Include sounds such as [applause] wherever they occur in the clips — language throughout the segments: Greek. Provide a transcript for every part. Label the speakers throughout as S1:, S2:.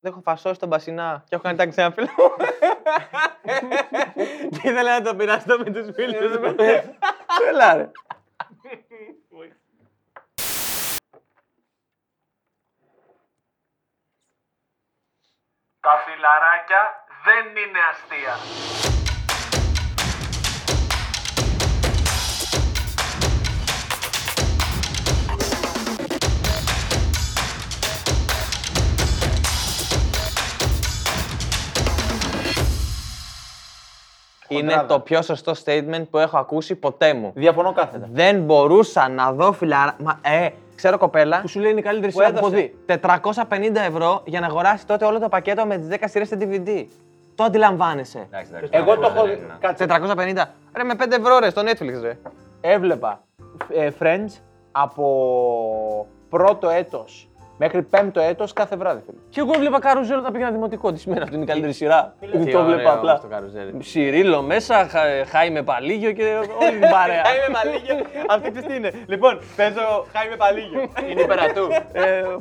S1: Δεν έχω φασώσει τον Πασινά και έχω κάνει τάξη σε ένα φίλο.
S2: [laughs] Και ήθελα να το πειραστώ με τους φίλους μου.
S1: Έλα ρε.
S3: Τα φιλαράκια δεν είναι αστεία.
S1: Είναι
S2: Χοντράδα.
S1: το πιο σωστό statement που έχω ακούσει ποτέ μου.
S2: Διαφωνώ κάθετα.
S1: Δεν μπορούσα να δω φιλαρά. Μα, ε, ξέρω κοπέλα
S2: Που σου λέει είναι η καλύτερη
S1: που
S2: σειρά που έχω
S1: έδωσε
S2: δει.
S1: 450 ευρώ για να αγοράσει τότε όλο το πακέτο με τις 10 σειρές σε DVD. Το αντιλαμβάνεσαι.
S2: Εγώ το έχω. δει- Κάτσε.
S1: 450. Ρε με 5 ευρώ ρε στο Netflix ρε.
S2: Έβλεπα ε, Friends από πρώτο έτος μέχρι πέμπτο έτος κάθε βράδυ. Φίλε. Και εγώ βλέπα καρουζέλο όταν πήγαινα δημοτικό. Τι σημαίνει αυτό είναι η καλύτερη σειρά.
S1: Τι
S2: Ή το
S1: ωραίο
S2: βλέπα απλά.
S1: όμως το καρουζέλι.
S2: Σιρίλο μέσα, Χα- Χάιμε Παλίγιο και όλη την παρέα.
S1: Χάιμε Παλίγιο. Αυτή ξέρεις τι είναι. Λοιπόν, παίζω Χάιμε Παλίγιο. Ε,
S2: Είναι υπέρα του.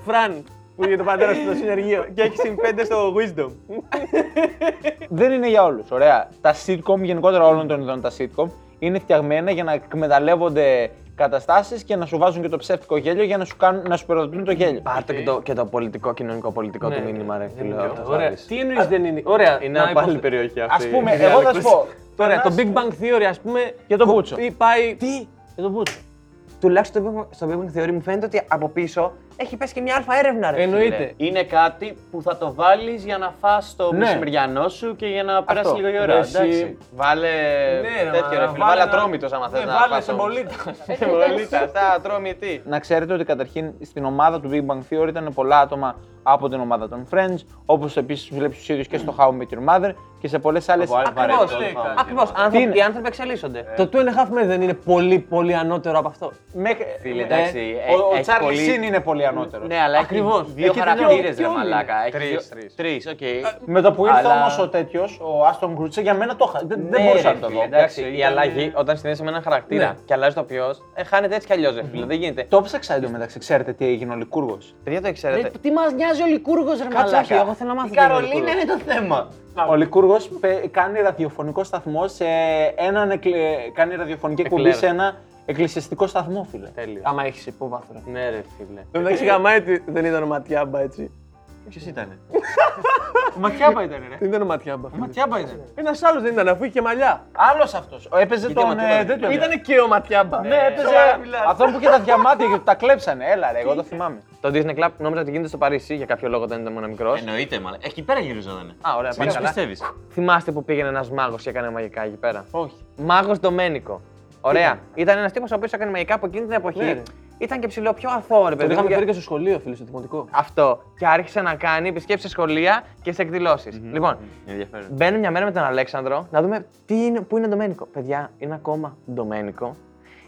S2: Φραν, που είχε το πατέρα του το συνεργείο.
S1: Και έχει συν 5 στο Wisdom.
S2: [laughs] δεν είναι για όλους. Ωραία. Τα sitcom, γενικότερα όλων των ειδών τα sitcom, είναι φτιαγμένα για να εκμεταλλεύονται καταστάσεις και να σου βάζουν και το ψεύτικο γέλιο για να σου, κάνουν, να σου περοδοτούν το γέλιο.
S1: Πάρτε και το, και το πολιτικό, κοινωνικό πολιτικό του μήνυμα, ρε φίλε. αυτό θα
S4: Ωραία.
S1: δεις.
S4: Τι εννοείς δεν είναι. Ωραία.
S1: Είναι
S4: να
S1: από άλλη
S4: υποθε-
S1: περιοχή
S2: Ας
S1: αυτή.
S2: πούμε, εγώ θα σου πω.
S4: Τώρα το
S2: Περνάς-
S4: Big Bang Theory, ας πούμε.
S2: Για τον
S4: κο-
S2: Μπούτσο.
S4: ή Πάει.
S1: Τι!
S4: Για τον Μπούτσο.
S1: Τουλάχιστον στο Big Bang- στο Big Bang Theory μου φαίνεται ότι από πίσω έχει πέσει και μια αλφα έρευνα, ρε. φίλε.
S4: Εννοείται.
S5: Ε, Είναι κάτι που θα το βάλεις για να φας το
S2: Ναι.
S5: μεσημεριανό σου και για να περάσει λίγο η
S2: Ρε,
S5: ώρα.
S2: εσύ.
S5: Εντάξει.
S1: Βάλε
S4: Ναι, ρε,
S1: τέτοιο ρε
S4: μα,
S1: φίλε.
S4: βάλε
S1: Βάλε
S4: ένα-
S1: ατρόμητος άμα θες
S4: Ναι,
S1: να
S4: βάλε
S1: φας
S4: σε
S1: όμως.
S5: [laughs]
S4: πολίτα.
S1: Σε πολίτα, αυτά ατρόμητοι.
S2: Να ξέρετε ότι καταρχήν στην ομάδα του Big Bang Theory ήταν πολλά άτομα από την ομάδα των Friends, όπως επίσης βλέπεις τους ίδιους και στο How I Met Your Mother και σε πολλές άλλες.
S5: Από άλλη
S1: Ακριβώς,
S5: βαρετότητα,
S1: λέει,
S5: φάνηκε.
S1: ακριβώς. Άνθρωποι- Οι άνθρωποι εξελίσσονται.
S4: Το Two and a Half Men δεν είναι πολύ, πολύ ανώτερο από αυτό.
S5: Φίλε, εντάξει,
S2: ε, Ο, ο
S5: έχει
S2: Charlie
S5: πολύ-
S2: Sheen είναι πολύ ανώτερος.
S5: Ναι, αλλά έχει
S4: Ακριβώς.
S5: δύο
S4: Εκεί τελειώνει.
S5: χαρακτήρε,
S4: Ποιο
S5: ρε
S4: είναι?
S5: μαλάκα.
S1: Τρεις, τρεις.
S5: Τρεις, οκ.
S2: Ε, Με το που ήρθε
S5: Αλλά-
S2: όμως όμω ο τέτοιος, ο Άστον Κρούτσε, για μένα το είχα. Δεν, δεν
S5: Ναι,
S2: μπορούσα
S5: ρε,
S2: να το δω.
S5: φίλε, εντάξει,
S1: Εντάξει, η
S5: ήταν-
S1: αλλαγή, όταν συνδέεσαι με έναν χαρακτήρα
S4: Ναι.
S1: και αλλάζει το ποιος, ε, χάνεται έτσι κι αλλιώς, ρε φίλε. Δεν γίνεται.
S2: Το ψάξα εντωμεταξύ, ξέρετε τι έγινε ο Λικούργος.
S1: Παιδιά το
S5: Ρε,
S1: ξέρετε.
S5: Ε, τι μας νοιάζει ο Λικούργος, ρε
S1: Κάτσε,
S5: μαλάκα.
S1: όχι, εγώ θέλω να μάθω
S5: Η
S1: τι είναι ο
S5: Καρολίνα
S1: Λικούργος.
S5: είναι το θέμα.
S2: Ο Λικούργος κάνει ραδιοφωνικό σταθμό σε έναν. εκλε- κάνει ραδιοφωνική εκπομπή
S4: Εκλέρα.
S2: σε ένα εκκλησιαστικό σταθμό, φίλε.
S1: Τέλειος.
S4: Άμα έχεις υπόβαθρο.
S1: Ναι, ρε φίλε.
S4: Εντάξει, γαμάει ότι δεν ήταν ο Ματιάμπα έτσι.
S5: Ποιος ήταν.
S2: Ματιάμπα ήταν, ρε.
S4: Δεν ήταν ο Ματιάμπα.
S2: Ματιάμπα ήταν.
S4: Ένας άλλος δεν ήταν, αφού είχε μαλλιά. Ναι,
S2: Άλλος αυτός. Έπαιζε τον.
S5: Ματιάμπα
S2: ε,
S5: ήταν.
S2: τέτοιο, ρε.
S4: Ήταν και ο Ματιάμπα.
S2: Ναι, έπαιζε.
S4: Σοβαρά μιλάς.
S2: Αυτό που είχε τα διαμάτια και τα κλέψανε. Έλα, ρε, εγώ το θυμάμαι.
S1: Το Disney Club νόμιζα ότι γίνεται στο Παρίσι για κάποιο λόγο όταν ήταν μόνο μικρός.
S2: Ε, ναι.
S5: Εννοείται, μαλάκα. Εκεί πέρα γυρίζονταν.
S1: Α, ωραία,
S5: Μην
S1: πάμε
S5: τους
S1: καλά.
S5: πιστεύεις.
S1: Θυμάστε που πήγαινε ένας μάγος και έκανε μαγικά εκεί πέρα.
S4: Όχι.
S1: Μάγος Ντομένικο. Ωραία. Ήταν ένας τύπος ο οποίος έκανε μαγικά από εκείνη την εποχή.
S4: Ναι, ρε.
S1: Ήταν και ψηλό, πιο αθώο, ρε
S4: Το
S1: παιδί. μου,
S4: είχαμε
S1: για-
S4: φέρει και στο σχολείο, φίλε, στο δημοτικό.
S1: Αυτό. Και άρχισε να κάνει επισκέψεις σε σχολεία και σε εκδηλώσεις. Λοιπόν,
S5: Ενδιαφέρον.
S1: μπαίνουμε μια μέρα με τον Αλέξανδρο να δούμε τι είναι, πού είναι Ντομένικο. Παιδιά, είναι ακόμα Ντομένικο.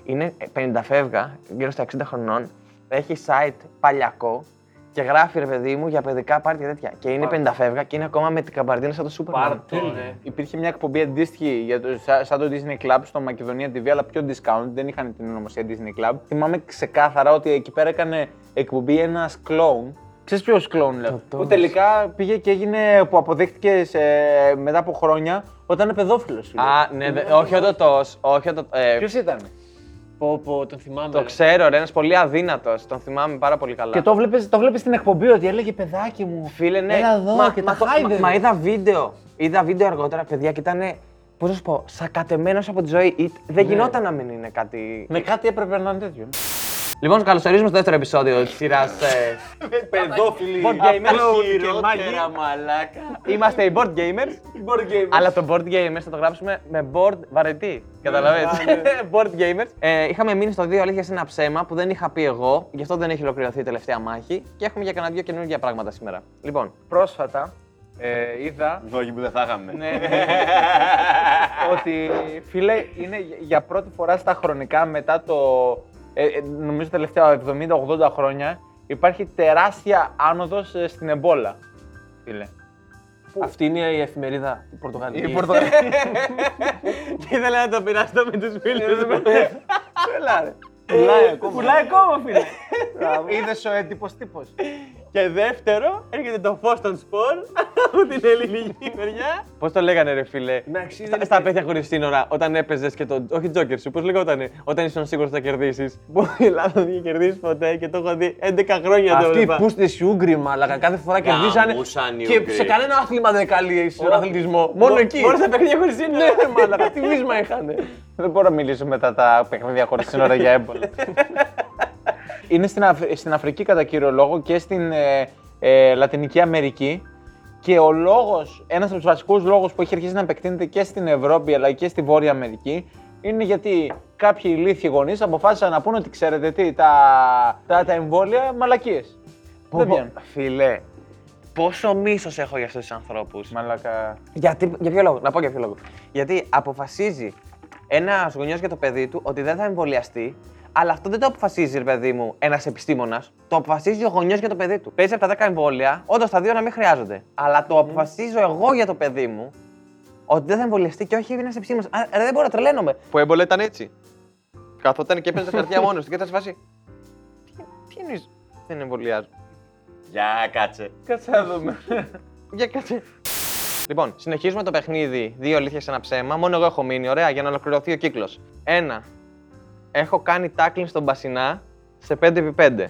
S1: Είναι 50 φεύγα, γύρω στα 60 χρονών. Έχει site παλιακό και γράφει ρε παιδί μου για παιδικά πάρτι και τέτοια. Και είναι 50 φεύγα και είναι ακόμα με την καμπαρδίνα σαν το Σούπερμαν.
S2: ναι. Υπήρχε μια εκπομπή αντίστοιχη για το, σα- σαν το Disney Club στο Μακεδονία TV, αλλά πιο discount. Δεν είχαν την ονομασία Disney Club. Θυμάμαι ξεκάθαρα ότι εκεί πέρα έκανε εκπομπή ένας κλόουν. Ξέρεις ποιος κλόουν λέω. Που τελικά πήγε και έγινε, που αποδείχτηκε σε, μετά από χρόνια ότι ήταν παιδόφιλο.
S1: Α, ναι, δε, όχι ο Τωτός, όχι ο Τω- ε,
S2: Ποιος ήταν.
S4: Πω, πω, τον θυμάμαι.
S1: Το
S4: ρε.
S1: ξέρω, ρε, ένας πολύ αδύνατος. Τον θυμάμαι πάρα πολύ καλά.
S2: Και το βλέπεις, το βλέπεις στην εκπομπή ότι έλεγε παιδάκι μου.
S1: Φίλε, ναι.
S2: Έλα εδώ
S1: μα,
S2: και
S1: μα,
S2: τα
S1: το- μα,
S2: χάιδευε.
S1: μα είδα βίντεο. Είδα βίντεο αργότερα, παιδιά, και ήταν. Πώς να σου πω, σακατεμένος από τη ζωή. Ή-
S2: Ναι.
S1: Δεν γινόταν να μην είναι κάτι.
S2: Με Ναι, κάτι έπρεπε να είναι τέτοιο. ναι.
S1: Λοιπόν, σας καλωσορίζουμε στο δεύτερο επεισόδιο της σειράς. Ε,
S5: Παιδόφιλοι.
S1: Board gamers.
S5: Χειρότερα, μαλάκα.
S1: Είμαστε οι board gamers. αλλά το board gamers θα το γράψουμε με board βαρετή. Καταλαβαίνετε. [laughs] board gamers. Ε, είχαμε μείνει στο δύο αλήθεια σε ένα ψέμα που δεν είχα πει εγώ, γι' αυτό δεν έχει ολοκληρωθεί η τελευταία μάχη. Και έχουμε για κανένα δύο καινούργια πράγματα σήμερα. Λοιπόν,
S2: Πρόσφατα ε, είδα Ναι,
S5: Όχι που δεν θα είχαμε.
S2: ότι φίλε είναι για πρώτη φορά στα χρονικά μετά το. ε, ε, νομίζω τα τελευταία 70-80 χρόνια υπάρχει τεράστια άνοδος ε, στην εμπόλα. Φίλε.
S4: Αυτή είναι η εφημερίδα η Πορτογαλική.
S1: Και ήθελα να το πειραστώ με τους φίλους μου.
S2: Πουλάει ακόμα, φίλε. Είδες ο έντυπος τύπος.
S6: Και δεύτερο, έρχεται το φω των σπορ από την ελληνική μεριά.
S7: Πώς το λέγανε, ρε φίλε.
S4: Εντάξει,
S7: Στα, στα παιδιά χωρί σύνορα, όταν έπαιζες και τον. Όχι, Τζόκερ σου, πώς λεγότανε. Όταν ήσουν σίγουρος ότι θα κερδίσεις. Που η Ελλάδα δεν είχε κερδίσει ποτέ και το έχω δει 11 χρόνια τώρα.
S4: Αυτοί οι πούστε οι Ούγγροι, μαλακα, κάθε φορά κερδίζανε.
S5: Γαμούσαν οι
S4: Και
S5: Ούγγροι.
S4: σε κανένα άθλημα δεν καλή στον αθλητισμό. Μόνο εκεί.
S7: Μπορείς να παιχνίδια χωρίς σύνορα.
S4: Ναι, ρε [laughs] μαλακα, τι βίσμα είχαν.
S2: Δεν μπορώ να μιλήσω μετά τα παιχνίδια
S7: [laughs]
S2: χωρίς σύνορα για έμπολα. Είναι στην, Αφ- στην Αφρική κατά κύριο λόγο και στην ε, ε, Λατινική Αμερική. Και ο λόγος, ένας από τους βασικούς λόγους που έχει αρχίσει να επεκτείνεται και στην Ευρώπη αλλά και στη Βόρεια Αμερική, είναι γιατί κάποιοι ηλίθιοι γονείς αποφάσισαν να πούνε ότι ξέρετε τι, τα, τα, τα εμβόλια μαλακίες. Δεν βγαίνουν.
S7: Φίλε, πόσο μίσος έχω για αυτούς τους ανθρώπους.
S2: Μαλακα.
S7: Γιατί, για ποιο λόγο, να πω για ποιο λόγο. Γιατί αποφασίζει ένας γονιός για το παιδί του ότι δεν θα εμβολιαστεί, αλλά αυτό δεν το αποφασίζει, ρε παιδί μου, ένας επιστήμονας. Το αποφασίζει ο γονιός για το παιδί του. Παίζει από τα 10 εμβόλια, όντως τα δύο να μην χρειάζονται. Αλλά το αποφασίζω εγώ για το παιδί μου ότι δεν θα εμβολιαστεί και όχι ένας επιστήμονας. Δεν μπορώ, τρελαίνομαι.
S1: Που έμπολα ήταν έτσι. Καθόταν και έπαιρνε τα χαρτιά μόνος του και ήταν σε φάση. Τι, τι εννοείς, δεν εμβολιάζω.
S5: Για κάτσε.
S2: Κάτσε να δούμε.
S1: Για κάτσε. Λοιπόν, συνεχίζουμε το παιχνίδι. Δύο αλήθειες ένα ψέμα. Μόνο εγώ έχω μείνει, ωραία, για να ολοκληρωθεί ο κύκλος. Ένα. Έχω κάνει τάκλιν στον Πασινά σε 5x5.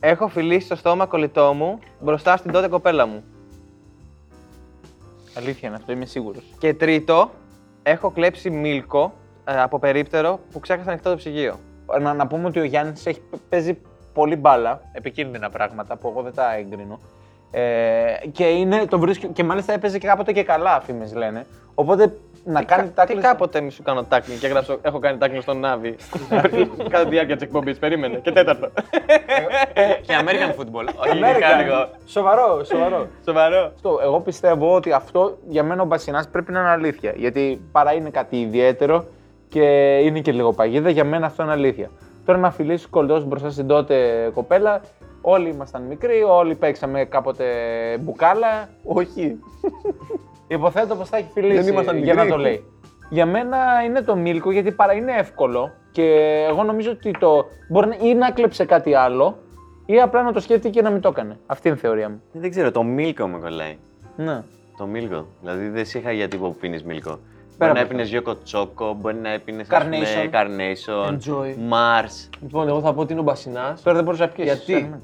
S1: Έχω φιλήσει στο στόμα κολλητό μου μπροστά στην τότε κοπέλα μου.
S2: Αλήθεια είναι αυτό, είμαι σίγουρος.
S1: Και τρίτο, έχω κλέψει μίλκο ε, από περίπτερο που ξέχασα ανοιχτό το ψυγείο.
S2: να, να πούμε ότι ο Γιάννης παίζει πολύ μπάλα, επικίνδυνα πράγματα που εγώ δεν τα εγκρίνω. Ε, και, είναι, το βρίσκει, και μάλιστα έπαιζε και κάποτε και καλά, φήμε λένε. Οπότε να
S1: Τι
S2: κάνει
S1: κα-
S2: τάκλες-
S1: Τι κάποτε μη σου κάνω τάκλινγκ και γράψω Έχω κάνει τάκλινγκ στον Νάβη. [laughs] Κατά τη διάρκεια της εκπομπής, περίμενε. Και τέταρτο.
S5: Ε, Και American football. Όχι,
S2: Αμέρικα.
S5: γενικά λίγο.
S2: Σοβαρό, σοβαρό.
S5: Σοβαρό.
S2: αυτό, εγώ πιστεύω ότι αυτό για μένα ο Μπασινάς πρέπει να είναι αλήθεια. Γιατί παρά είναι κάτι ιδιαίτερο και είναι και λίγο παγίδα, για μένα αυτό είναι αλήθεια. Τώρα να φιλήσει κολλό μπροστά στην τότε κοπέλα, όλοι ήμασταν μικροί, όλοι παίξαμε κάποτε μπουκάλα. Όχι. Υποθέτω πως θα έχει φιλήσει
S4: Δεν ήμασταν
S2: για να
S4: μικροί.
S2: το λέει. Για μένα είναι το Μίλκο γιατί παρά είναι εύκολο και εγώ νομίζω ότι το μπορεί να, ή να κλέψε κάτι άλλο ή απλά να το σκέφτηκε και να μην το έκανε. Αυτή είναι η θεωρία μου.
S5: Δεν ξέρω, το μίλκο μου κολλάει.
S2: Ναι.
S5: Το μίλκο. Δηλαδή δεν σε είχα για τύπο που πίνει μίλκο.
S2: από
S5: Μπορεί να
S2: αυτό.
S5: έπινε Γιώκο Τσόκο, μπορεί να έπινες.
S2: Carnation.
S5: Ναι, Carnation.
S4: Enjoy.
S5: Mars.
S4: Λοιπόν, εγώ θα πω ότι είναι ο Μπασινάς.
S2: Τώρα δεν μπορούσα να πιέσεις.
S4: Γιατί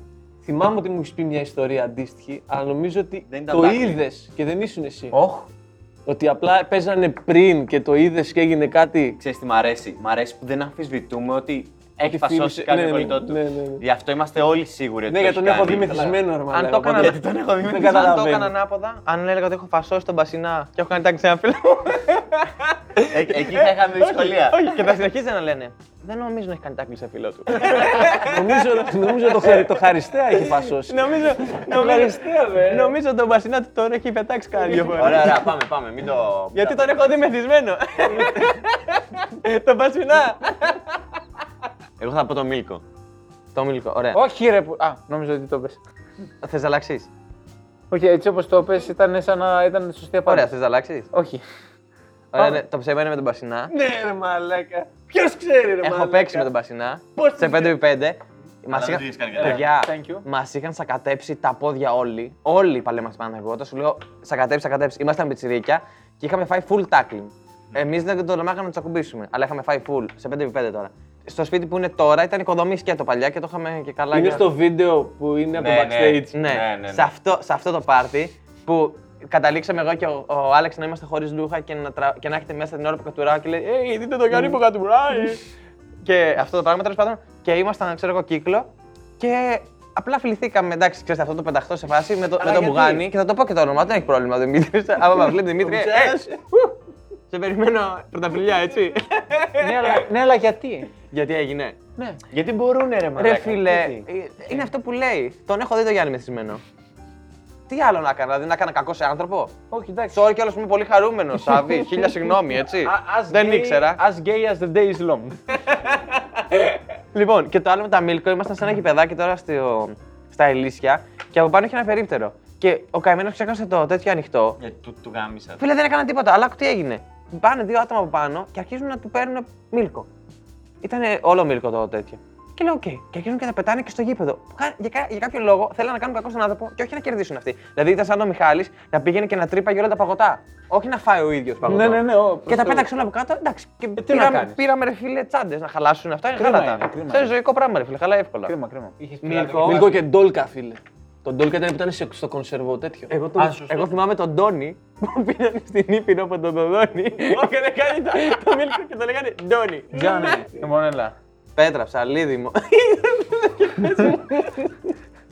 S4: θυμάμαι ότι μου έχεις πει μια ιστορία αντίστοιχη, αλλά νομίζω ότι
S5: Δεν ήταν
S4: το
S5: δάκρυ.
S4: είδες και δεν ήσουν εσύ.
S2: Όχ.
S4: Ότι απλά παίζανε πριν και το είδες και έγινε κάτι.
S5: Ξέρεις τι μ' αρέσει. Μ' αρέσει που δεν αμφισβητούμε ότι έχει φασώσει
S4: φίλησε- ναι,
S5: κάποιο
S4: ναι,
S5: κολλητό του.
S4: ναι, ναι, ναι.
S5: Γι' αυτό είμαστε όλοι σίγουροι ότι
S4: Ναι,
S5: το
S4: γιατί τον
S5: έχει
S4: έχω δει
S5: κάνει.
S4: μεθυσμένο, ρε μαλάκα,
S1: το έκανα-
S4: οπότε-
S5: Γιατί τον έχω
S4: [laughs]
S5: δει
S4: Δεν
S5: μεθυσμένο.
S1: Αν το
S4: καταλαβαίνω.
S1: έκανα ανάποδα, αν έλεγα ότι έχω φασώσει τον Πασινά και έχω κάνει τάκλινγκ σε ένα φίλο.
S5: Ε- Εκεί θα είχαμε δυσκολία.
S1: Όχι, και θα συνεχίζει να λένε. Δεν νομίζω να έχει κάνει τάκλινγκ σε φίλο του.
S4: νομίζω, νομίζω το, χαρι, το χαριστέα έχει
S2: [laughs]
S4: φασώσει.
S1: Νομίζω.
S4: Ευχαριστία, βε.
S1: Νομίζω τον Πασινά του τώρα έχει πετάξει κάτι δύο φορές.
S5: Ωραία, ωραία, πάμε, πάμε. Μην το.
S1: Γιατί τον έχω δει
S2: [laughs]
S1: μεθυσμένο. τον Πασινά.
S5: Εγώ θα πω το μίλκο.
S1: Το μίλκο, ωραία.
S2: Όχι, ρε. που- Α, νόμιζα ότι το έπεσε.
S1: Θε αλλάξει.
S2: Όχι, έτσι όπως το έπεσε ήταν σαν να ήταν σωστή
S1: Ωραία,
S2: απάντηση.
S1: θε αλλάξεις.
S2: Όχι.
S1: Ωραία, ναι, το ψέμα είναι με τον Πασινά.
S4: Ναι, ρε μαλάκα. Ποιος ξέρει, ρε
S1: Έχω παίξει με τον Πασινά.
S4: Πώς
S1: Σε 5x5. Μας
S5: Αλλά δεν το είχες κάνει
S1: είχαν,
S5: καλά.
S1: παιδιά,
S2: Thank you.
S1: μας είχαν σακατέψει τα πόδια όλοι. Όλοι παλέμα στην Παναγιώτα. Σου λέω σακατέψει, σακατέψει. Ήμασταν πιτσιρίκια και είχαμε φάει full tackling. Εμείς δεν τολμάγαμε να τους ακουμπήσουμε, αλλά είχαμε φάει full σε 5x5 τώρα. Στο σπίτι που είναι τώρα ήταν οικοδομής σκέτο παλιά και το είχαμε και καλά.
S4: Είναι
S1: και-
S4: στο βίντεο που είναι από
S5: Ναι,
S4: το
S5: ναι.
S4: backstage.
S1: ναι,
S5: Ναι, ναι, ναι.
S1: Σε, αυτό, σε αυτό το πάρτι που καταλήξαμε εγώ και ο, ο Άλεξ να είμαστε χωρίς λούχα και να, τρα- και να έχετε μέσα την ώρα που κατουρά και λέει Ε, δείτε το κάνει που
S4: ε.
S1: κατουράει. και αυτό το πράγμα τέλος πάντων. Και ήμασταν, ξέρω εγώ, κύκλο και απλά φιληθήκαμε. Εντάξει, ξέρετε, αυτό το πενταχτό σε φάση με, το, με τον Μπουγάνη και θα το πω και το όνομα, δεν έχει πρόβλημα Δημήτρη. Άμα μας βλέπει Δημήτρη, ε, σε περιμένω πρωταπριλιά, έτσι.
S2: ναι, αλλά, ναι, αλλά ναι. γιατί.
S1: Γιατί έγινε.
S5: Γιατί μπορούν ρε μαλάκα.
S1: Ρε φίλε, ε, είναι αυτό που λέει. Τον έχω δει το Γιάννη μεθυσμένο. Τι άλλο να έκανα, δεν έκανα κακό σε άνθρωπο.
S2: Όχι, εντάξει.
S1: Sorry κιόλας, είμαι πολύ χαρούμενος, Σάβη. Χίλια συγγνώμη, έτσι. Δεν ήξερα.
S2: As gay as the day is long.
S1: Λοιπόν, και το άλλο με τα Μίλκο, ήμασταν σε ένα γηπεδάκι τώρα στο, στα Ελίσια και από πάνω είχε ένα περίπτερο. Και ο καημένος ξέχασε το τέτοιο ανοιχτό.
S5: Ε, Του, του γάμισα.
S1: Φίλε, δεν έκανα τίποτα, αλλά άκου τι έγινε. Πάνε δύο άτομα από πάνω και αρχίζουν να του παίρνουν Μίλκο. Ήταν όλο Μίλκο το τέτοιο. Και λέω, οκ. Και αρχίζουν και τα πετάνε και στο γήπεδο. Που κα- Για, κα- για κάποιο λόγο θέλανε να κάνουν κακό στον άνθρωπο και όχι να κερδίσουν αυτοί. Δηλαδή ήταν σαν ο Μιχάλης να πήγαινε και να τρύπαγε όλα τα παγωτά. Όχι να φάει ο ίδιος παγωτό.
S2: Ναι, ναι, ναι. ω,
S1: Και τα
S2: προσθέτω.
S1: πέταξε όλα από κάτω. Εντάξει. Και
S2: Ε, να
S1: πήραμε,
S2: κάνεις.
S1: πήραμε, ρε φίλε τσάντες να χαλάσουν αυτά.
S2: Κρίμα
S1: Χαλάτα.
S2: είναι, κρίμα
S1: Αυτό είναι
S2: είναι.
S1: ζωικό πράγμα, ρε φίλε. Χαλά εύκολα.
S2: Κρίμα, κρίμα.
S1: Μίλκο.
S4: Μιλικό και ντόλκα, φίλε. Το ντόλκα ήταν που ήταν σε- στο κονσερβό τέτοιο.
S1: Εγώ, το, εγώ θυμάμαι τον Τόνι που πήγαινε [laughs] στην Ήπειρο από τον Δονδόνη. Έκανε κάνει το, το μίλκο και το λέγανε Ντόνι.
S2: Τζάνι,
S1: Ναι,
S2: λοιπόν, έλα.
S1: Πέτρα, [laughs] ψαλίδι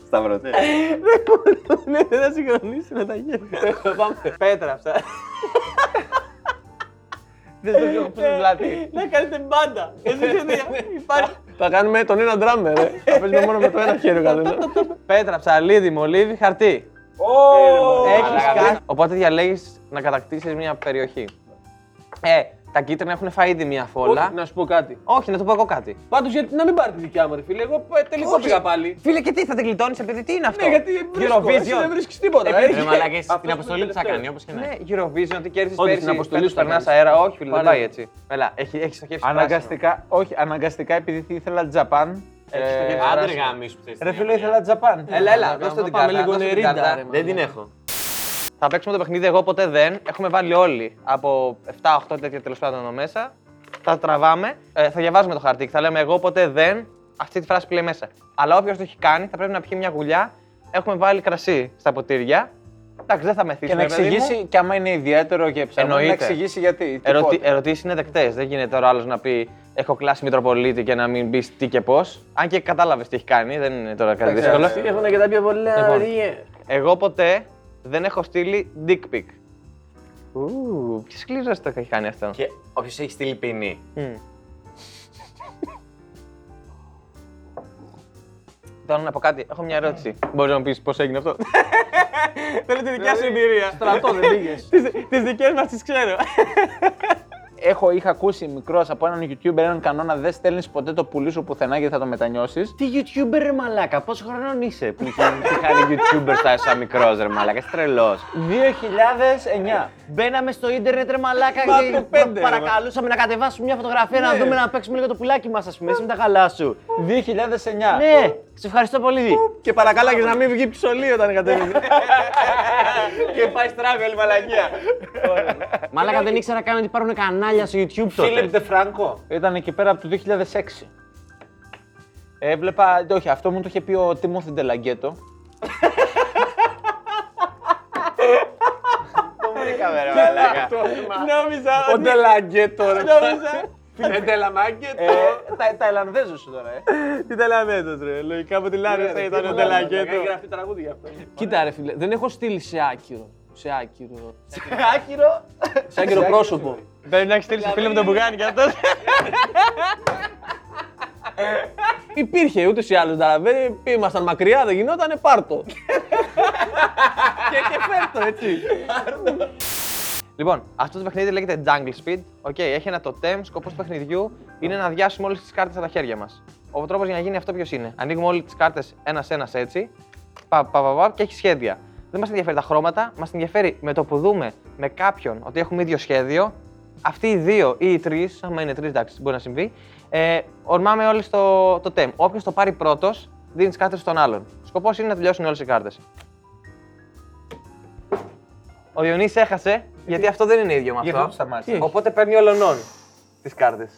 S5: Σταυρωτέ.
S1: Ναι, [laughs] δεν θα συγχρονίσει με τα χέρια. Πέτρα, ψα.
S2: Δεν το λέω πού στην πλάτη.
S1: Να κάνετε μπάντα. Εσύ υπάρχει.
S4: Θα κάνουμε τον ένα ντράμερ.
S1: ε.
S4: ρε. Θα παίζουμε μόνο με το ένα
S2: [laughs]
S4: χέρι ο καθένας.
S1: Πέτρα, ψαλίδι, μολύβι, χαρτί.
S4: Ε,
S1: ε, Έχεις κάτι. Οπότε διαλέγεις να κατακτήσεις μια περιοχή. Ε, τα κίτρινα έχουν φάει ήδη μια φόλα.
S4: Να σου πω κάτι.
S1: Όχι, να το πω εγώ κάτι.
S4: Πάντως γιατί να μην πάρει τη δικιά μου, ρε φίλε. Εγώ ε, τελικό
S1: Όχι.
S4: πήγα πάλι.
S1: Φίλε, και τι θα την κλειτώνει, επειδή τι είναι αυτό.
S4: Ναι, γιατί βρίσκω, εσύ δεν
S1: Eurovision.
S4: βρίσκεις τίποτα. ε.
S1: Επειδή-
S4: Έρχεται
S5: Ε, Ρε μαλάκες,
S4: [laughs] αυτός
S5: την αποστολή
S4: που
S5: που θα
S4: τελευταίο.
S5: κάνει, όπως και να
S1: Ναι,
S5: έχει.
S1: Eurovision, τι κέρδισες
S4: Όντως,
S1: πέρσι.
S4: την αποστολή
S1: φέτος
S4: σου θα
S1: περνάς
S4: κάνεις.
S1: αέρα. Όχι, φίλε, δεν
S4: Πάρε.
S1: πάει έτσι. Ελά, έχει έχεις στοχεύσει. πράσινο.
S2: Αναγκαστικά, όχι, αναγκαστικά επειδή ήθελα Τζαπάν.
S1: Έχεις
S2: ε,
S1: στοχεύσει
S5: Άντε ρε
S1: πράσινο.
S5: γαμίσου που θες ναι,
S2: Ρε
S5: την
S2: φίλε,
S5: Ιαπωνία.
S2: ήθελα Τζαπάν.
S1: Έλα, έλα,
S4: Να
S1: δώστε την
S4: πάμε
S1: κάρτα.
S4: λίγο
S1: δώστε την
S4: νερίντα,
S1: κάρτα.
S4: ρε, μαλάκα.
S5: Δεν την έχω.
S1: Θα παίξουμε το παιχνίδι εγώ ποτέ δεν. Έχουμε βάλει όλοι από 7-8 τέτοια τέλος πάντων μέσα. Θα τραβάμε. Ε, θα διαβάζουμε το χαρτί και θα λέμε εγώ ποτέ δεν. Αυτή τη φράση που λέει μέσα. Αλλά όποιος το έχει κάνει θα πρέπει να πιει μια γουλιά. Έχουμε βάλει κρασί στα ποτήρια. Εντάξει, δεν θα μεθύσουμε.
S2: Και να
S1: παιδί μου.
S2: εξηγήσει, και άμα είναι ιδιαίτερο και ψάχνει, να
S1: Εννοείται.
S2: εξηγήσει γιατί. τι
S1: Ερωτι...
S2: πότε.
S1: Ερωτήσεις είναι δεκτές. Δεν γίνεται τώρα άλλος να πει Έχω κλάσει Μητροπολίτη και να μην πει τι και πώς. Αν και κατάλαβες τι έχει κάνει, δεν είναι τώρα
S2: ε,
S1: κάτι δύσκολο.
S4: Εντάξει, Έχουν και τα πιο πολλά.
S1: Λοιπόν.
S4: ρε.
S1: Εγώ ποτέ δεν έχω στείλει dick pic. Ου, ποιο σκληρό το έχει κάνει αυτό.
S5: Και όποιος έχει στείλει ποινή.
S1: Mm. Θέλω να πω κάτι. Έχω μια ερώτηση. Μπορείς να μου πεις πώς έγινε αυτό. Θέλω τη δικιά σου εμπειρία.
S4: Στρατό δεν πήγες.
S1: Τις δικές μας τις ξέρω.
S2: [laughs] Έχω, είχα ακούσει μικρός από έναν YouTuber έναν κανόνα δεν στέλνεις ποτέ το πουλί σου πουθενά γιατί θα το μετανιώσεις.
S5: Τι YouTuber ρε μαλάκα, πόσο χρονών είσαι που είχε κάνει YouTuber στα σαν μικρός ρε μαλάκα, είσαι τρελός.
S2: 2009.
S5: Μπαίναμε στο ίντερνετ ρε μαλάκα και προ- παρακαλούσαμε να κατεβάσουμε μια φωτογραφία
S2: Ναι.
S5: να δούμε να παίξουμε λίγο το πουλάκι μας ας πούμε, εσύ με τα γαλά σου.
S2: 2009.
S5: Ναι, σε ευχαριστώ πολύ.
S4: Και παρακάλαγες να μην βγει ψωλή όταν κατέβηκε.
S5: [laughs] Και πάει στράβει όλη μαλακία. Μαλάκα δεν ήξερα καν ότι υπάρχουν κανάλια στο YouTube τότε.
S2: Ντεφράνκο. [laughs] Ήταν εκεί πέρα από το 2006. Έβλεπα, όχι, αυτό μου το είχε πει ο Τίμωθη Ντελαγκέτο.
S4: Νόμιζα. Ο Ντελαγκέτο. Νόμιζα. Φίλε, Ντελαμάγκετο.
S2: Ε, τα, τα Ελλανδέζο σου τώρα, ε.
S4: Τι Τελαμέτο, ρε. Λογικά από τη Λάρισα ήταν ο Ντελαγκέτο. Έχει γραφτεί τραγούδι γι' αυτό. Κοίτα, ρε φίλε, δεν έχω στείλει σε άκυρο. Σε άκυρο. Σε άκυρο. Σε άκυρο πρόσωπο.
S1: Πρέπει να έχεις στείλει σε φίλο με τον Μπουγάνι και αυτός.
S4: Υπήρχε ούτως ή άλλως ταραβέ. Ήμασταν μακριά, δεν γινότανε, πάρτο.
S1: Λοιπόν, αυτό το παιχνίδι λέγεται Jungle Speed. Οκ, έχει ένα τοτέμ. Σκοπός του παιχνιδιού είναι να διάσουμε όλες τις κάρτες από τα χέρια μας. Ο τρόπος για να γίνει αυτό ποιος είναι. Ανοίγουμε όλες τις κάρτες ένα-ένα έτσι. Πα, πα, πα, πα, και έχει σχέδια. Δεν μας ενδιαφέρει τα χρώματα, μας ενδιαφέρει με το που δούμε με κάποιον ότι έχουμε ίδιο σχέδιο. Αυτοί οι δύο ή οι τρεις, άμα είναι τρεις, εντάξει, μπορεί να συμβεί. Ε, ορμάμε όλοι στο το τεμ. Όποιος το πάρει πρώτος, δίνει τις κάρτες στον άλλον. Σκοπός είναι να τελειώσουν όλες οι κάρτες. Ο Διονύσης έχασε, γιατί αυτό δεν είναι ίδιο με αυτό.
S2: σταμάτησε.
S1: Οπότε παίρνει ολονών τις κάρτες.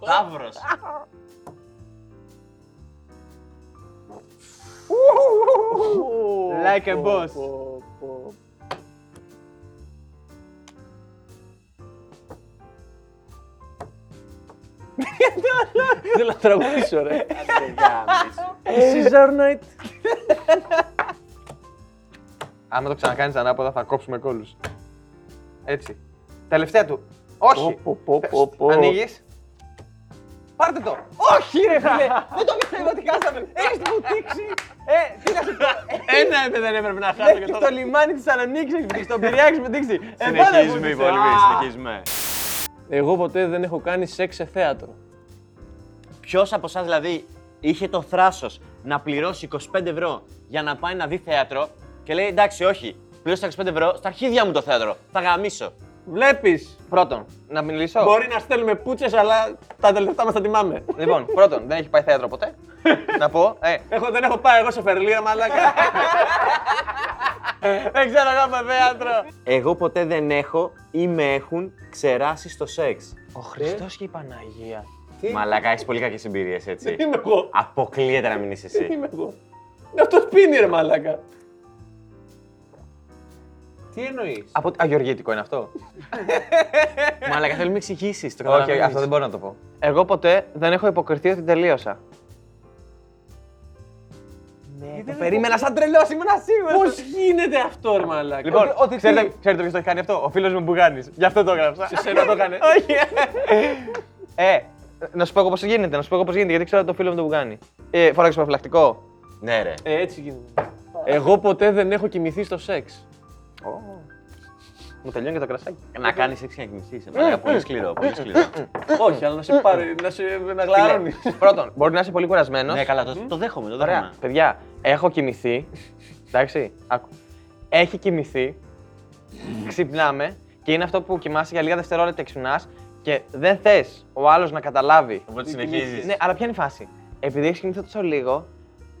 S5: Σταύρος.
S2: Like a boss.
S4: Δεν θα τραγουδήσω, ρε.
S1: Άμα το ξανακάνεις ανάποδα θα κόψουμε κόλλους. Έτσι. Τελευταία του. Όχι. Ανοίγεις. Πάρτε το. Όχι ρε φίλε. Δεν το πιστεύω ότι χάσαμε. Έχεις μου τύξει. Ε, τι να σου πω.
S5: ναι,
S4: Ένα έπαι- δεν έπρεπε να
S5: Ε,
S4: χάσω. και
S1: Έχεις
S4: το-
S1: το λιμάνι της Θεσσαλονίκης, έχεις πετύχει, στον Πειραιά έχεις πετύχει. Ε, πάντα
S5: Συνεχίζουμε οι
S1: βούτυξε.
S5: υπόλοιποι,
S1: Α.
S5: συνεχίζουμε.
S4: Εγώ ποτέ δεν έχω κάνει σεξ σε θέατρο.
S5: Ποιος από εσάς δηλαδή είχε το θράσος να πληρώσει 25 ευρώ για να πάει να δει θέατρο και λέει εντάξει, όχι. Πλήρωσα 25 ευρώ στα αρχίδια μου το θέατρο. Θα γαμίσω.
S4: Βλέπεις.
S1: Πρώτον, να μιλήσω.
S4: Μπορεί να στέλνουμε πούτσες, αλλά τα τελευταία μας τα τιμάμε.
S1: Λοιπόν, πρώτον, δεν έχει πάει θέατρο ποτέ. να πω. Ε,
S4: Έχω, δεν έχω πάει εγώ σε φερλία, μαλάκα. δεν ξέρω να είμαι θέατρο.
S5: Εγώ ποτέ δεν έχω ή με έχουν ξεράσει στο σεξ.
S1: ο Χριστός και η Παναγία.
S5: Μαλάκα, έχεις πολύ κακές εμπειρίες, έτσι.
S4: Είμαι εγώ.
S5: Αποκλείεται να μην είσαι εσύ.
S4: Είμαι εγώ. Είναι αυτό πίνει, ρε μαλάκα.
S2: Τι εννοείς.
S1: Από... Α, γεωργίτικο είναι [laughs] αυτό.
S5: Μαλάκα, θέλω να με εξηγήσεις. Το
S1: Όχι,
S5: καταλαβαίνεις.
S1: αυτό δεν μπορώ να το πω. Εγώ ποτέ δεν έχω υποκριθεί ότι τελείωσα. Ναι, το περίμενα σαν τρελός, ήμουν σίγουρο.
S4: Πώς γίνεται αυτό, ρε μαλάκα.
S1: Λοιπόν, ξέρετε, ξέρετε ποιος το έχει κάνει αυτό. Ο φίλος μου Μπουγάνης. Γι' αυτό το [laughs] έγραψα. Σε σένα το έκανε. Όχι. ε, να σου πω πώς γίνεται, να σου πω πώς γίνεται, γιατί ξέρω το φίλο μου τον Μπουγάνη. Ε, φοράει προφυλακτικό.
S5: Ναι, ρε.
S4: Ε, έτσι γίνεται. Εγώ ποτέ δεν έχω κοιμηθεί στο σεξ.
S1: Μου τελειώνει και το κρασάκι.
S5: Να κάνεις σεξ και να κοιμηθείς. Πολύ σκληρό, πολύ σκληρό.
S4: Όχι, αλλά να σε πάρει, να σε να γλαρώνει.
S1: Πρώτον, μπορεί να είσαι πολύ κουρασμένο.
S5: Ναι, καλά, το, το δέχομαι, το
S1: Ωραία.
S5: δέχομαι.
S1: Παιδιά, έχω κοιμηθεί. Εντάξει, άκου. Έχει κοιμηθεί. Ξυπνάμε και είναι αυτό που κοιμάσαι για λίγα δευτερόλεπτα ξυπνά και δεν θες ο άλλος να καταλάβει.
S5: Οπότε συνεχίζεις.
S1: Ναι, αλλά ποια είναι η φάση. Επειδή έχεις κοιμηθεί τόσο λίγο,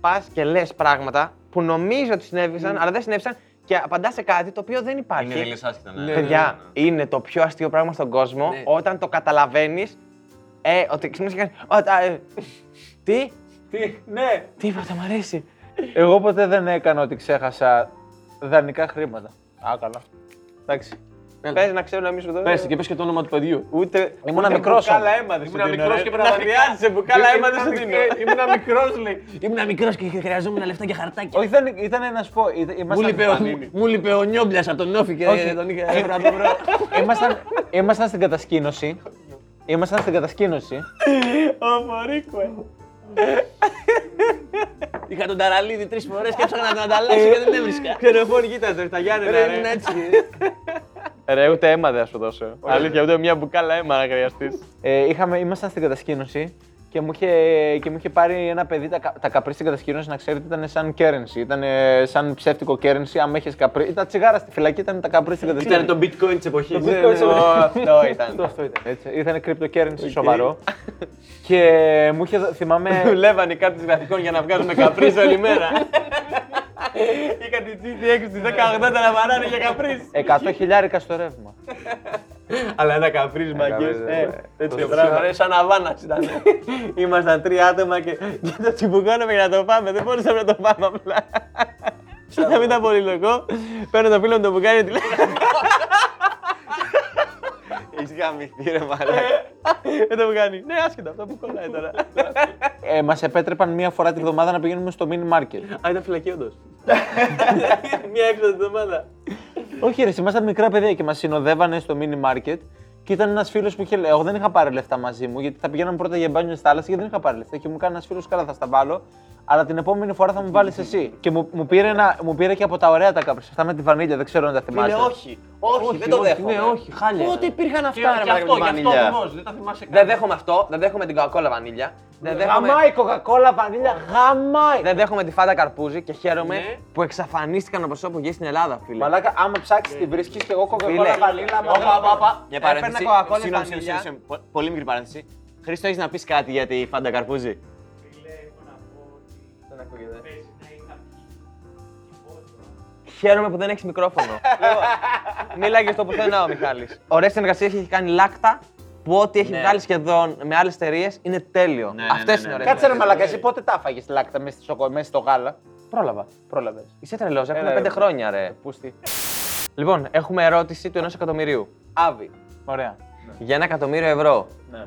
S1: πας και λες πράγματα που νομίζω ότι συνέβησαν, αλλά δεν συνέβησαν και απαντάς σε κάτι το οποίο δεν υπάρχει.
S5: Είναι τελείω άσχετα, ναι.
S1: Παιδιά, είναι το πιο αστείο πράγμα στον κόσμο
S4: Ναι.
S1: όταν το καταλαβαίνεις. Ε, ότι ξυπνήσει και κάνεις. «Ω, τα, ε, Τι,
S4: Τι, ναι.
S1: τι είπα, θα μ' αρέσει.
S2: Εγώ ποτέ δεν έκανα ότι ξέχασα δανεικά χρήματα. Α, καλά. Εντάξει.
S1: Πες να ξέρω να μην σου δω.
S4: Πες και πες και το όνομα του παιδιού.
S1: Ούτε.
S2: Ήμουν μικρό.
S8: Μπουκάλα έμαδε. Ήμουν μικρό και πρέπει να διάζει. Μπουκάλα έμαδε στον Τίνο. Ήμουν μικρός, λέει.
S4: Ήμουν μικρός και χρειαζόμουν λεφτά για χαρτάκια.
S2: Όχι, ήταν, ήταν να σου πω. ήτα-
S4: Μου
S2: ήμασταν
S4: λείπε, ο,
S2: πανίνι.
S4: μου λείπε ο Νιόμπλιας από τον Όφη και
S2: Όχι.
S4: τον είχα έπρεπε να τον βρω.
S2: Ήμασταν, ήμασταν στην κατασκήνωση. Ήμασταν στην κατασκήνωση.
S4: Είχα τον ταραλίδι τρεις φορές και έψαχνα να τον ανταλλάξω και δεν έβρισκα.
S8: Ξενοφόν, κοίταζε τα Γιάννενα.
S4: Ρε,
S8: ρε.
S4: ήμουν έτσι.
S1: Ρε, ούτε αίμα δεν θα σου δώσω. Αλήθεια, ούτε μια μπουκάλα αίμα να χρειαστείς.
S2: Ε, είχαμε, ήμασταν στην κατασκήνωση και μου είχε, και μου είχε πάρει ένα παιδί τα, κα- τα καπρί στην κατασκήνωση να ξέρετε ήταν σαν currency. Ήταν ε, σαν ψεύτικο currency. Αν έχεις καπρί. Ήταν τσιγάρα στη φυλακή, ήταν τα καπρί στην κατασκήνωση. Ναι,
S8: Ήταν το bitcoin Ναι, της εποχής.
S1: Αυτό ήταν.
S2: [laughs] Αυτό ήταν. Έτσι. Ήταν cryptocurrency
S1: [laughs]
S2: σοβαρό. και μου είχε, δο- θυμάμαι,
S8: Δουλεύανε κάποιοι γραφικών για να βγάζουμε καπρίζ όλη μέρα. Είχα την GTX τη 1080 να βαράνε για καπρίζ.
S2: 100 χιλιάρικα στο ρεύμα.
S8: Αλλά ένα καπρίζ μαγκές,
S2: καπρίζ,
S8: ε, Τέτοιο πράγμα.
S4: Ωραία, σαν αβάνας ήταν.
S8: ε. Ήμασταν τρία άτομα και, και το τσιμπουκώναμε για να το πάμε. Δεν μπορούσαμε να το πάμε απλά. Σαν να μην ήταν πολύ λογό, παίρνω το φίλο μου το μπουκάλι τη
S5: Έχει γαμηθεί, ρε μαλάκα.
S8: Δεν το κάνει. Ναι, άσχετα αυτό που κολλάει τώρα.
S2: Ε, Μας επέτρεπαν μία φορά τη βδομάδα να πηγαίνουμε στο mini market.
S8: Α, ήταν φυλακή, [laughs] όντως. Μια έξω την εβδομάδα.
S2: Όχι, ρε, ήμασταν μικρά παιδιά και μας συνοδεύανε στο mini market και ήταν ένας φίλος που είχε. Εγώ δεν είχα πάρει λεφτά μαζί μου, γιατί θα πηγαίναμε πρώτα για μπάνιο στη θάλασσα και δεν είχα πάρει λεφτά. Και μου κάνει ένας φίλος, καλά, θα στα βάλω, αλλά την επόμενη φορά θα μου βάλεις εσύ. Και μου, μου, πήρε ένα, μου πήρε και από τα ωραία τα κάπρι. Αυτά με τη βανίλια, δεν ξέρω αν τα θυμάστε.
S4: όχι, όχι, δεν το δέχομαι. Ναι, όχι, χάλια.
S5: Πότε υπήρχαν
S4: Και-
S5: αυτά, ρε
S4: και αυτό,
S5: Μαλάκα.
S4: γι'
S5: με
S4: αυτό
S5: τη βανίλια.
S4: ακριβώς, δεν τα θυμάσαι καν.
S1: Δεν δέχομαι αυτό, δεν δέχομαι την κακόλα βανίλια. Δεν δέχομαι,
S2: Γαμάει η κοκακόλα, βανίλια, γαμάει.
S1: δεν δέχομαι τη φάτα καρπούζι και χαίρομαι
S4: Ναι.
S1: που εξαφανίστηκαν από όπου βγει στην Ελλάδα, φίλε.
S2: Μαλάκα, άμα ψάξεις την βρίσκεις και εγώ κοκακόλα,
S1: Φίλε.
S2: βανίλια.
S5: Όπα, όπα, όπα. Μια
S1: Έπαιρνα
S5: παρένθεση.
S1: Coca-Cola
S5: Συγγνώμη,
S1: βανίλια.
S5: συγγνώμη, συγγνώμη. Πο- Πολύ μικρή παρένθεση. Χρήστο, έχεις να πεις κάτι για τη φάντα καρπούζι.
S1: Χαίρομαι που δεν έχεις μικρόφωνο. Λοιπόν, Μίλαγε στο πουθενά ο Μιχάλης. Ωραία συνεργασία έχει κάνει λάκτα που ό,τι έχει
S5: Ναι.
S1: βγάλει σχεδόν με άλλες εταιρείες είναι τέλειο.
S5: Ναι, ναι,
S1: Αυτές
S5: ναι,
S1: είναι
S5: ναι.
S1: ωραίες.
S2: Κάτσε ρε μαλάκα, εσύ πότε τα φάγες τη λάκτα μέσα στο, μέσα στο γάλα.
S1: Πρόλαβα.
S2: Πρόλαβες.
S1: Είσαι τρελός, έχουμε
S2: ρε,
S1: πέντε
S2: μου.
S1: χρόνια, ρε.
S2: Πούστη.
S1: Λοιπόν, έχουμε ερώτηση του ενός εκατομμυρίου.
S2: Άβη. Ωραία.
S1: Για ένα εκατομμύριο ευρώ
S2: Ναι.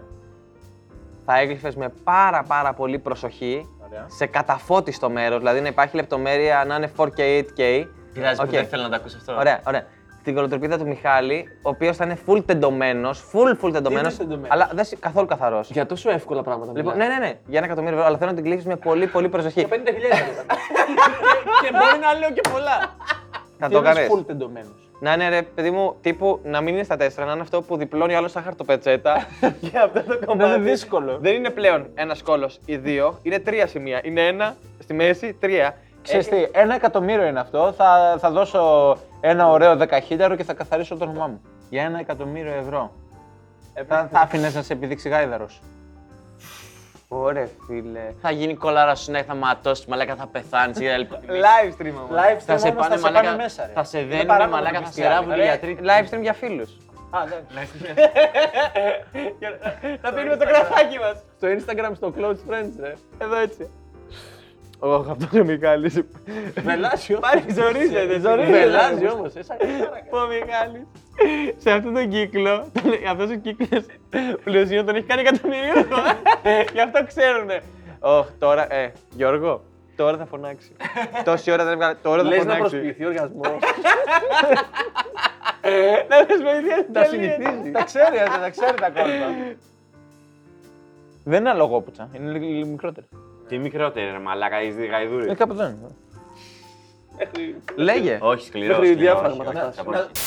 S1: θα έγλυφες με πάρα πάρα πολύ προσοχή
S2: Ωραία.
S1: σε καταφώτιστο μέρος, δηλαδή να υπάρχει λεπτομέρεια να είναι 4K, 8K.
S5: Πειράζει που
S1: Οκ.
S5: δεν θέλω να τα ακούσει αυτό.
S1: Ωραία, ωραία. Την κολοτροπίδα του Μιχάλη, ο οποίος θα είναι full τεντωμένος, full full τεντωμένος,
S4: τεντωμένος?
S1: αλλά δεν είσαι καθόλου καθαρός.
S4: Για τόσο εύκολα πράγματα.
S1: Λοιπόν, ναι,
S4: μιλάς.
S1: ναι, ναι, για ένα εκατομμύριο ευρώ, αλλά θέλω να την κλείψει με πολύ πολύ προσοχή.
S4: [laughs] 50.000 ήταν. Και μπορεί να λέω και πολλά.
S1: Θα το κάνει.
S2: full τεντωμένο.
S1: να είναι ρε παιδί μου τύπου να μην είναι στα τέσσερα, να είναι αυτό που διπλώνει ο άλλο σαν [laughs] χαρτοπετσέτα. και αυτό το κομμάτι.
S4: είναι δύσκολο.
S1: Δεν είναι πλέον ένα κόλο ή δύο, είναι τρία σημεία. Είναι ένα στη μέση, τρία.
S2: Ξέρεις τι, ένα εκατομμύριο είναι αυτό. Θα, θα δώσω ένα ωραίο δεκαχίλιαρο και θα καθαρίσω το όνομά μου. Για ένα εκατομμύριο ευρώ. θα θα άφηνες να σε επιδείξει γάιδαρος.
S1: Ωρε φίλε.
S5: Θα γίνει κολάρα σου, ναι, θα ματώσει, μαλάκα θα πεθάνεις ή άλλη
S1: Live stream όμως.
S2: Live
S5: Θα σε πάνε μαλάκα.
S2: μέσα. Ρε.
S5: Θα σε
S2: Είναι
S5: δένουν
S2: παράνομο
S5: μαλάκα,
S2: να
S5: θα σε
S2: πεις άλλη.
S5: ράβουν οι
S1: Ρε,
S5: γιατροί.
S1: Live stream για φίλους.
S2: Α, δεν-
S1: Να πίνουμε το κρασάκι μας. Στο Instagram, στο Close Friends, ρε. Εδώ έτσι. Ωχ, αυτό ο Μιχάλης.
S4: Βελάσιο.
S1: Πάλι δηλαδή. ζορίζεται.
S4: Βελάζει όμω.
S1: Ο Μιχάλης. Σε αυτόν τον κύκλο, αυτός ο κύκλος πλουσίων τον έχει κάνει εκατομμυρίουχο. Γι' αυτό ξέρουνε. Ωχ, τώρα, ε, Γιώργο, τώρα θα φωνάξει. Τόση ώρα δεν έβγαλε, τώρα θα
S4: Λες να
S1: φωνάξει.
S4: προσποιηθεί οργασμός.
S1: Να προσποιηθεί.
S2: Τα συνηθίζει.
S4: Ε,
S2: τα ξέρει, τα, τα ξέρει τα κόλπα. Δεν είναι αλογόπιτσα, είναι λίγο, λίγο μικρότερη.
S5: Τι μικρότερη, ρε μαλάκα, οι
S2: Ε,
S5: γαϊδούροι.
S2: κάπου δεν είναι.
S1: Λέγε.
S5: Όχι, σκληρός.
S4: Μέχρι
S5: σκληρός,
S4: διάφραγμα
S5: όχι,
S4: θα
S5: όχι,
S4: φτάσει.
S5: κάπου εκεί.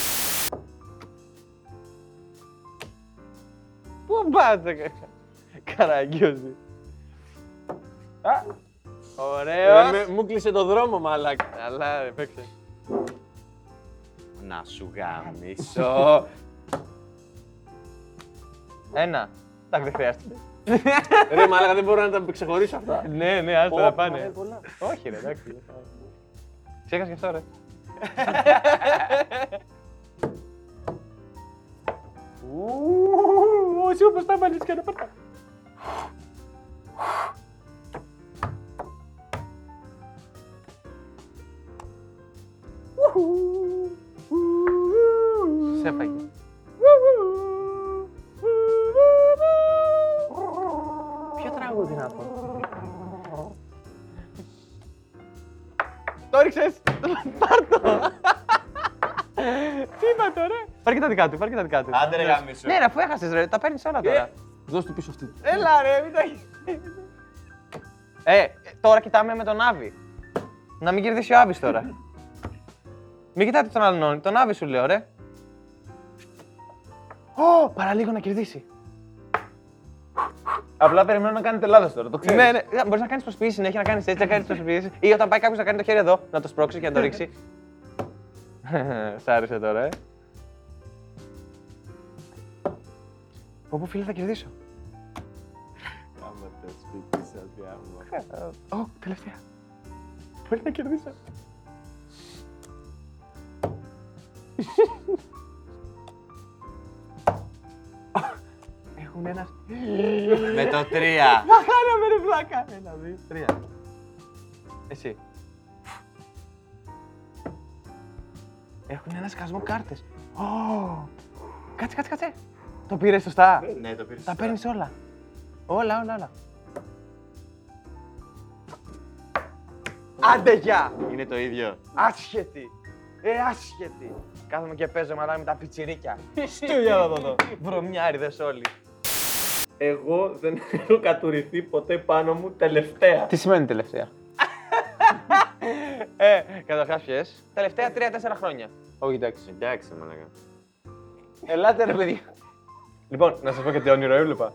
S1: Πού πάτε, καραγκιόζη. Ωραίο.
S4: Μου κλείσε το δρόμο, μαλάκα.
S1: Καλά, ρε, παίξε.
S5: Να σου γαμίσω.
S1: Ένα. Εντάξει, δεν χρειάστηκε.
S4: Ρε, μαλάκα δεν μπορώ να τα ξεχωρίσω αυτά.
S1: Ναι, ναι, άστα να
S4: Ω,
S1: πάνε.
S4: μαλάκα, πολλά.
S1: Όχι, ρε, εντάξει. Ξέχασες και αυτό, ρε. Ου, Εσύ όπως τα βάλεις και να περνά. Σε έφαγε. Ποιο τραγούδι να πω. Το ρίξες! Πάρ' το! Τι είπα τώρα! Πάρ' και τα δικά του, πάρ' και τα δικά του.
S5: Άντε, ρε γαμίσω.
S1: Ναι, ρε, αφού έχασες ρε, τα παίρνεις όλα τώρα.
S4: Ε, Δώσ' του πίσω αυτή.
S1: Έλα ρε, μην τα Ε, τώρα κοιτάμε με τον Άβη. Να μην κερδίσει ο Άβης τώρα. Μην κοιτάτε τον άλλον, τον Άβη σου λέω, ρε. Ω, παραλίγο να κερδίσει.
S2: Απλά περιμένω να κάνετε λάθος τώρα. Το ξέρεις.
S1: Ναι, ναι, μπορείς να κάνεις προσποιήσεις συνέχεια, να κάνεις έτσι, να κάνεις προσποιήσεις. Ή όταν πάει κάποιος να κάνει το χέρι εδώ, να το σπρώξει και να το ρίξει. [laughs] Σ' άρεσε τώρα, ε. Πω πω φίλε θα κερδίσω. Ω, τελευταία. Μπορεί να κερδίσω. Έχουν ένα
S5: Με το τρία.
S1: Κάναμε ρε πλάκα. Ένα, δύο, τρία. Εσύ. Έχουν ένα σκασμό κάρτες. Ω! Κάτσε, κάτσε, κάτσε. Το πήρες σωστά.
S5: Ναι, το πήρες.
S1: Τα παίρνεις όλα. Όλα, όλα, όλα. Άντε γεια!
S5: Είναι το ίδιο.
S1: Άσχετη! Ε, άσχετη! Κάθομαι και παίζω μαλάκα με τα πιτσιρίκια. Στούλια από εδώ. Βρωμιάριδες όλοι.
S4: Εγώ δεν έχω κατουρηθεί ποτέ πάνω μου τελευταία.
S2: Τι σημαίνει τελευταία.
S1: Ε, καταρχάς ποιες. Τελευταία τρία-τέσσερα χρόνια.
S2: Όχι, εντάξει.
S5: Εντάξει, μαλάκα.
S2: Ελάτε, ρε παιδιά.
S1: Λοιπόν, να σας πω και τι όνειρο έβλεπα.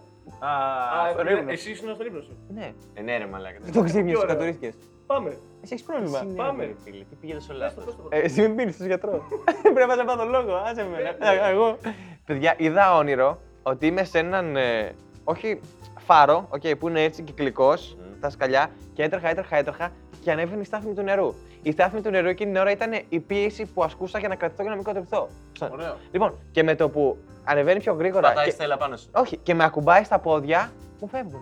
S4: Ε, Εσύ ήσουν στον ύπνο σου.
S1: Ναι.
S5: Ε, ναι, ρε μαλάκα.
S1: Δεν το ξύπνιες,
S4: Ωραία.
S1: κατουρίθηκες.
S4: Πάμε.
S1: Εσύ έχεις πρόβλημα.
S4: Πάμε.
S5: Ρε φίλε, Τι πήγε στο
S4: Πες το,
S5: λάθος.
S4: πες το.
S1: Ε, εσύ μην πίνεις, είσαι
S4: [laughs]
S1: γιατρός. [laughs] Πρέπει να πας να πάω τον λόγο, άσε με. Ε, Εγώ. Παιδιά, είδα όνειρο ότι είμαι σε έναν, ε, όχι φάρο, οκ, που είναι έτσι κυκλικός,
S5: Μμμ.
S1: τα σκαλιά, και έτρεχα, έτρεχα, έτρεχα και ανέβαινε η στάθμη του νερού. Η στάθμη του νερού εκείνη την ώρα ήταν η πίεση που ασκούσα για να κρατηθώ και να μην κοτρυπθώ.
S4: Ωραίο.
S1: Λοιπόν, και με το που ανεβαίνει πιο γρήγορα.
S5: Πατάει
S1: και-
S5: στέλα πάνω σου.
S1: Όχι, και με ακουμπάει στα πόδια, μου φεύγουν.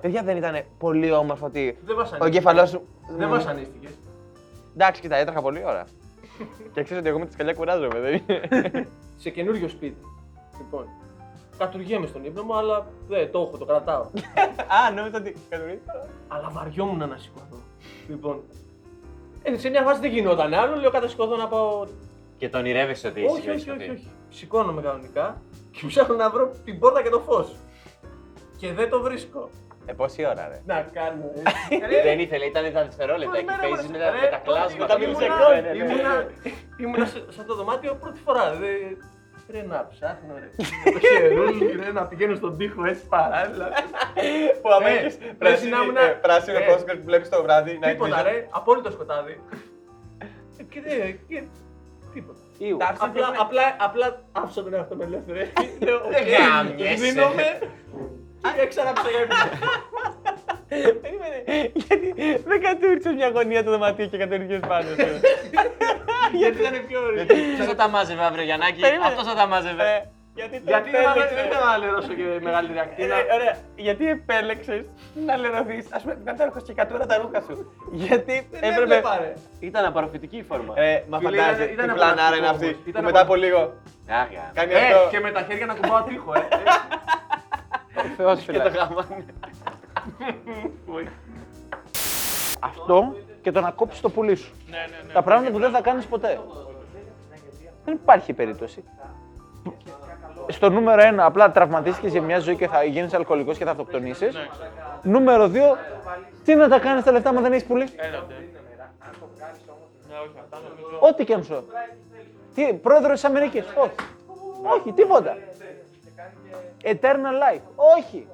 S1: Παιδιά, δεν ήταν πολύ όμορφο ότι
S4: Δεν
S1: ο
S4: βασανίστηκε.
S1: εγκεφαλό σου.
S4: Δεν βασανίστηκε.
S1: Εντάξει, κοίτα, έτρεχα πολλή ώρα. [laughs] και ξέρω ότι εγώ με τη σκαλιά κουράζομαι, δεν είναι.
S4: σε καινούριο σπίτι. Λοιπόν, κατουργέμαι στον ύπνο μου, αλλά δεν το έχω, το κρατάω.
S1: [laughs] Α, νόμιζα ότι. Κατουρίστηκα.
S4: αλλά βαριόμουν να σηκωθώ. Λοιπόν, ε, σε μια φάση δεν γινόταν άλλο, λέω κατασηκωθώ να πάω.
S5: Και τον ονειρεύεσαι ότι είσαι.
S4: όχι, όχι, όχι, όχι. Σηκώνομαι κανονικά και ψάχνω να βρω την πόρτα και το φως. Και δεν το βρίσκω.
S2: Ε, πόση ώρα, ρε.
S4: Να κάνω.
S5: [laughs]
S1: Δεν ήθελε, ήταν τα δευτερόλεπτα. Εκεί παίζει με τα- με τα κλάσματα.
S4: Ήμουνα, ήμουνα σε, σε αυτό το δωμάτιο πρώτη φορά. Δε, ρε να ψάχνω, ρε. το χερούλι, ρε να πηγαίνω στον τοίχο έτσι παράλληλα.
S2: Που άμα
S4: Ε,
S2: έχεις
S4: πρέπει
S2: πράσινη-
S4: να ήμουν-
S2: ε, πράσινο
S4: ε,
S2: κόσμο που βλέπεις το βράδυ. να
S4: τίποτα,
S2: εκδηλώνει.
S4: ρε. Απόλυτο σκοτάδι. Ε, και δεν. και τίποτα.
S9: Τάψε
S4: Απλά,
S9: πιο-
S4: απλά, απλά άφησα τον εαυτό με ελεύθερο. ε. Λέω, «Οκ,
S1: γάμιεσαι».
S4: Δίνομαι. Και
S10: [laughs]
S4: ξαναψεγεύτηκα.
S10: Γιατί δεν κατούρισε μια γωνία του δωματίου και κατούρισε πάνω σου.
S4: Γιατί ήταν πιο ωραίο.
S1: Ποιο θα τα μάζευε αύριο, Γιαννάκη.
S10: Περίμενε.
S1: Αυτό θα τα μάζευε.
S10: Ε, Γιατί το
S4: Γιατί δεν
S10: επέλεξες.
S4: δεν ήθελα να λερώσω και μεγαλύτερη ακτίνα.
S10: Ε, Ωραία, γιατί επέλεξες να λερωθείς, ας πούμε, κατάρχο και κατούρα τα ρούχα σου. Γιατί έπρεπε.
S4: Ε, ναι, πάρε.
S1: Ήταν απορροφητική η φόρμα.
S2: Ε, μα
S4: Φίλε,
S2: φαντάζεσαι,
S4: ήταν- ήταν
S2: τι πλανάρα είναι αυτή.
S4: απολαυστικό όμως.
S2: που
S4: Ήταν
S2: μετά από λίγο
S1: Άγα.
S2: κάνει
S4: Ε,
S2: αυτό.
S4: και με τα χέρια να κουμπάω τείχο, ε.
S2: Και το γαμάνε. Αυτό και το να κόψεις το πουλί σου. Τα πράγματα που δεν θα κάνεις ποτέ. Δεν υπάρχει περίπτωση. Στο νούμερο 1, απλά τραυματίστηκες για μια ζωή και θα γίνεις αλκοολικός και θα αυτοκτονήσεις. Νούμερο 2, τι να τα κάνεις τα λεφτά, μα δεν έχεις πουλί. Ό,τι και αν σου. Τι, πρόεδρος της Αμερικής. Όχι. Όχι, τίποτα. Eternal life. Όχι.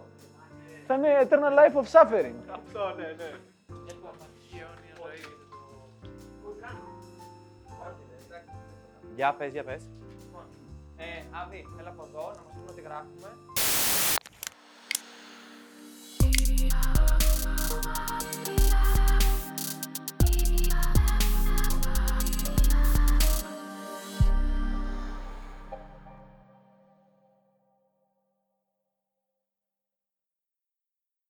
S2: Θα είναι eternal life of suffering.
S1: Για πες, για πες.
S9: Ε, Αβή, έλα από εδώ να μας πούμε τι γράφουμε.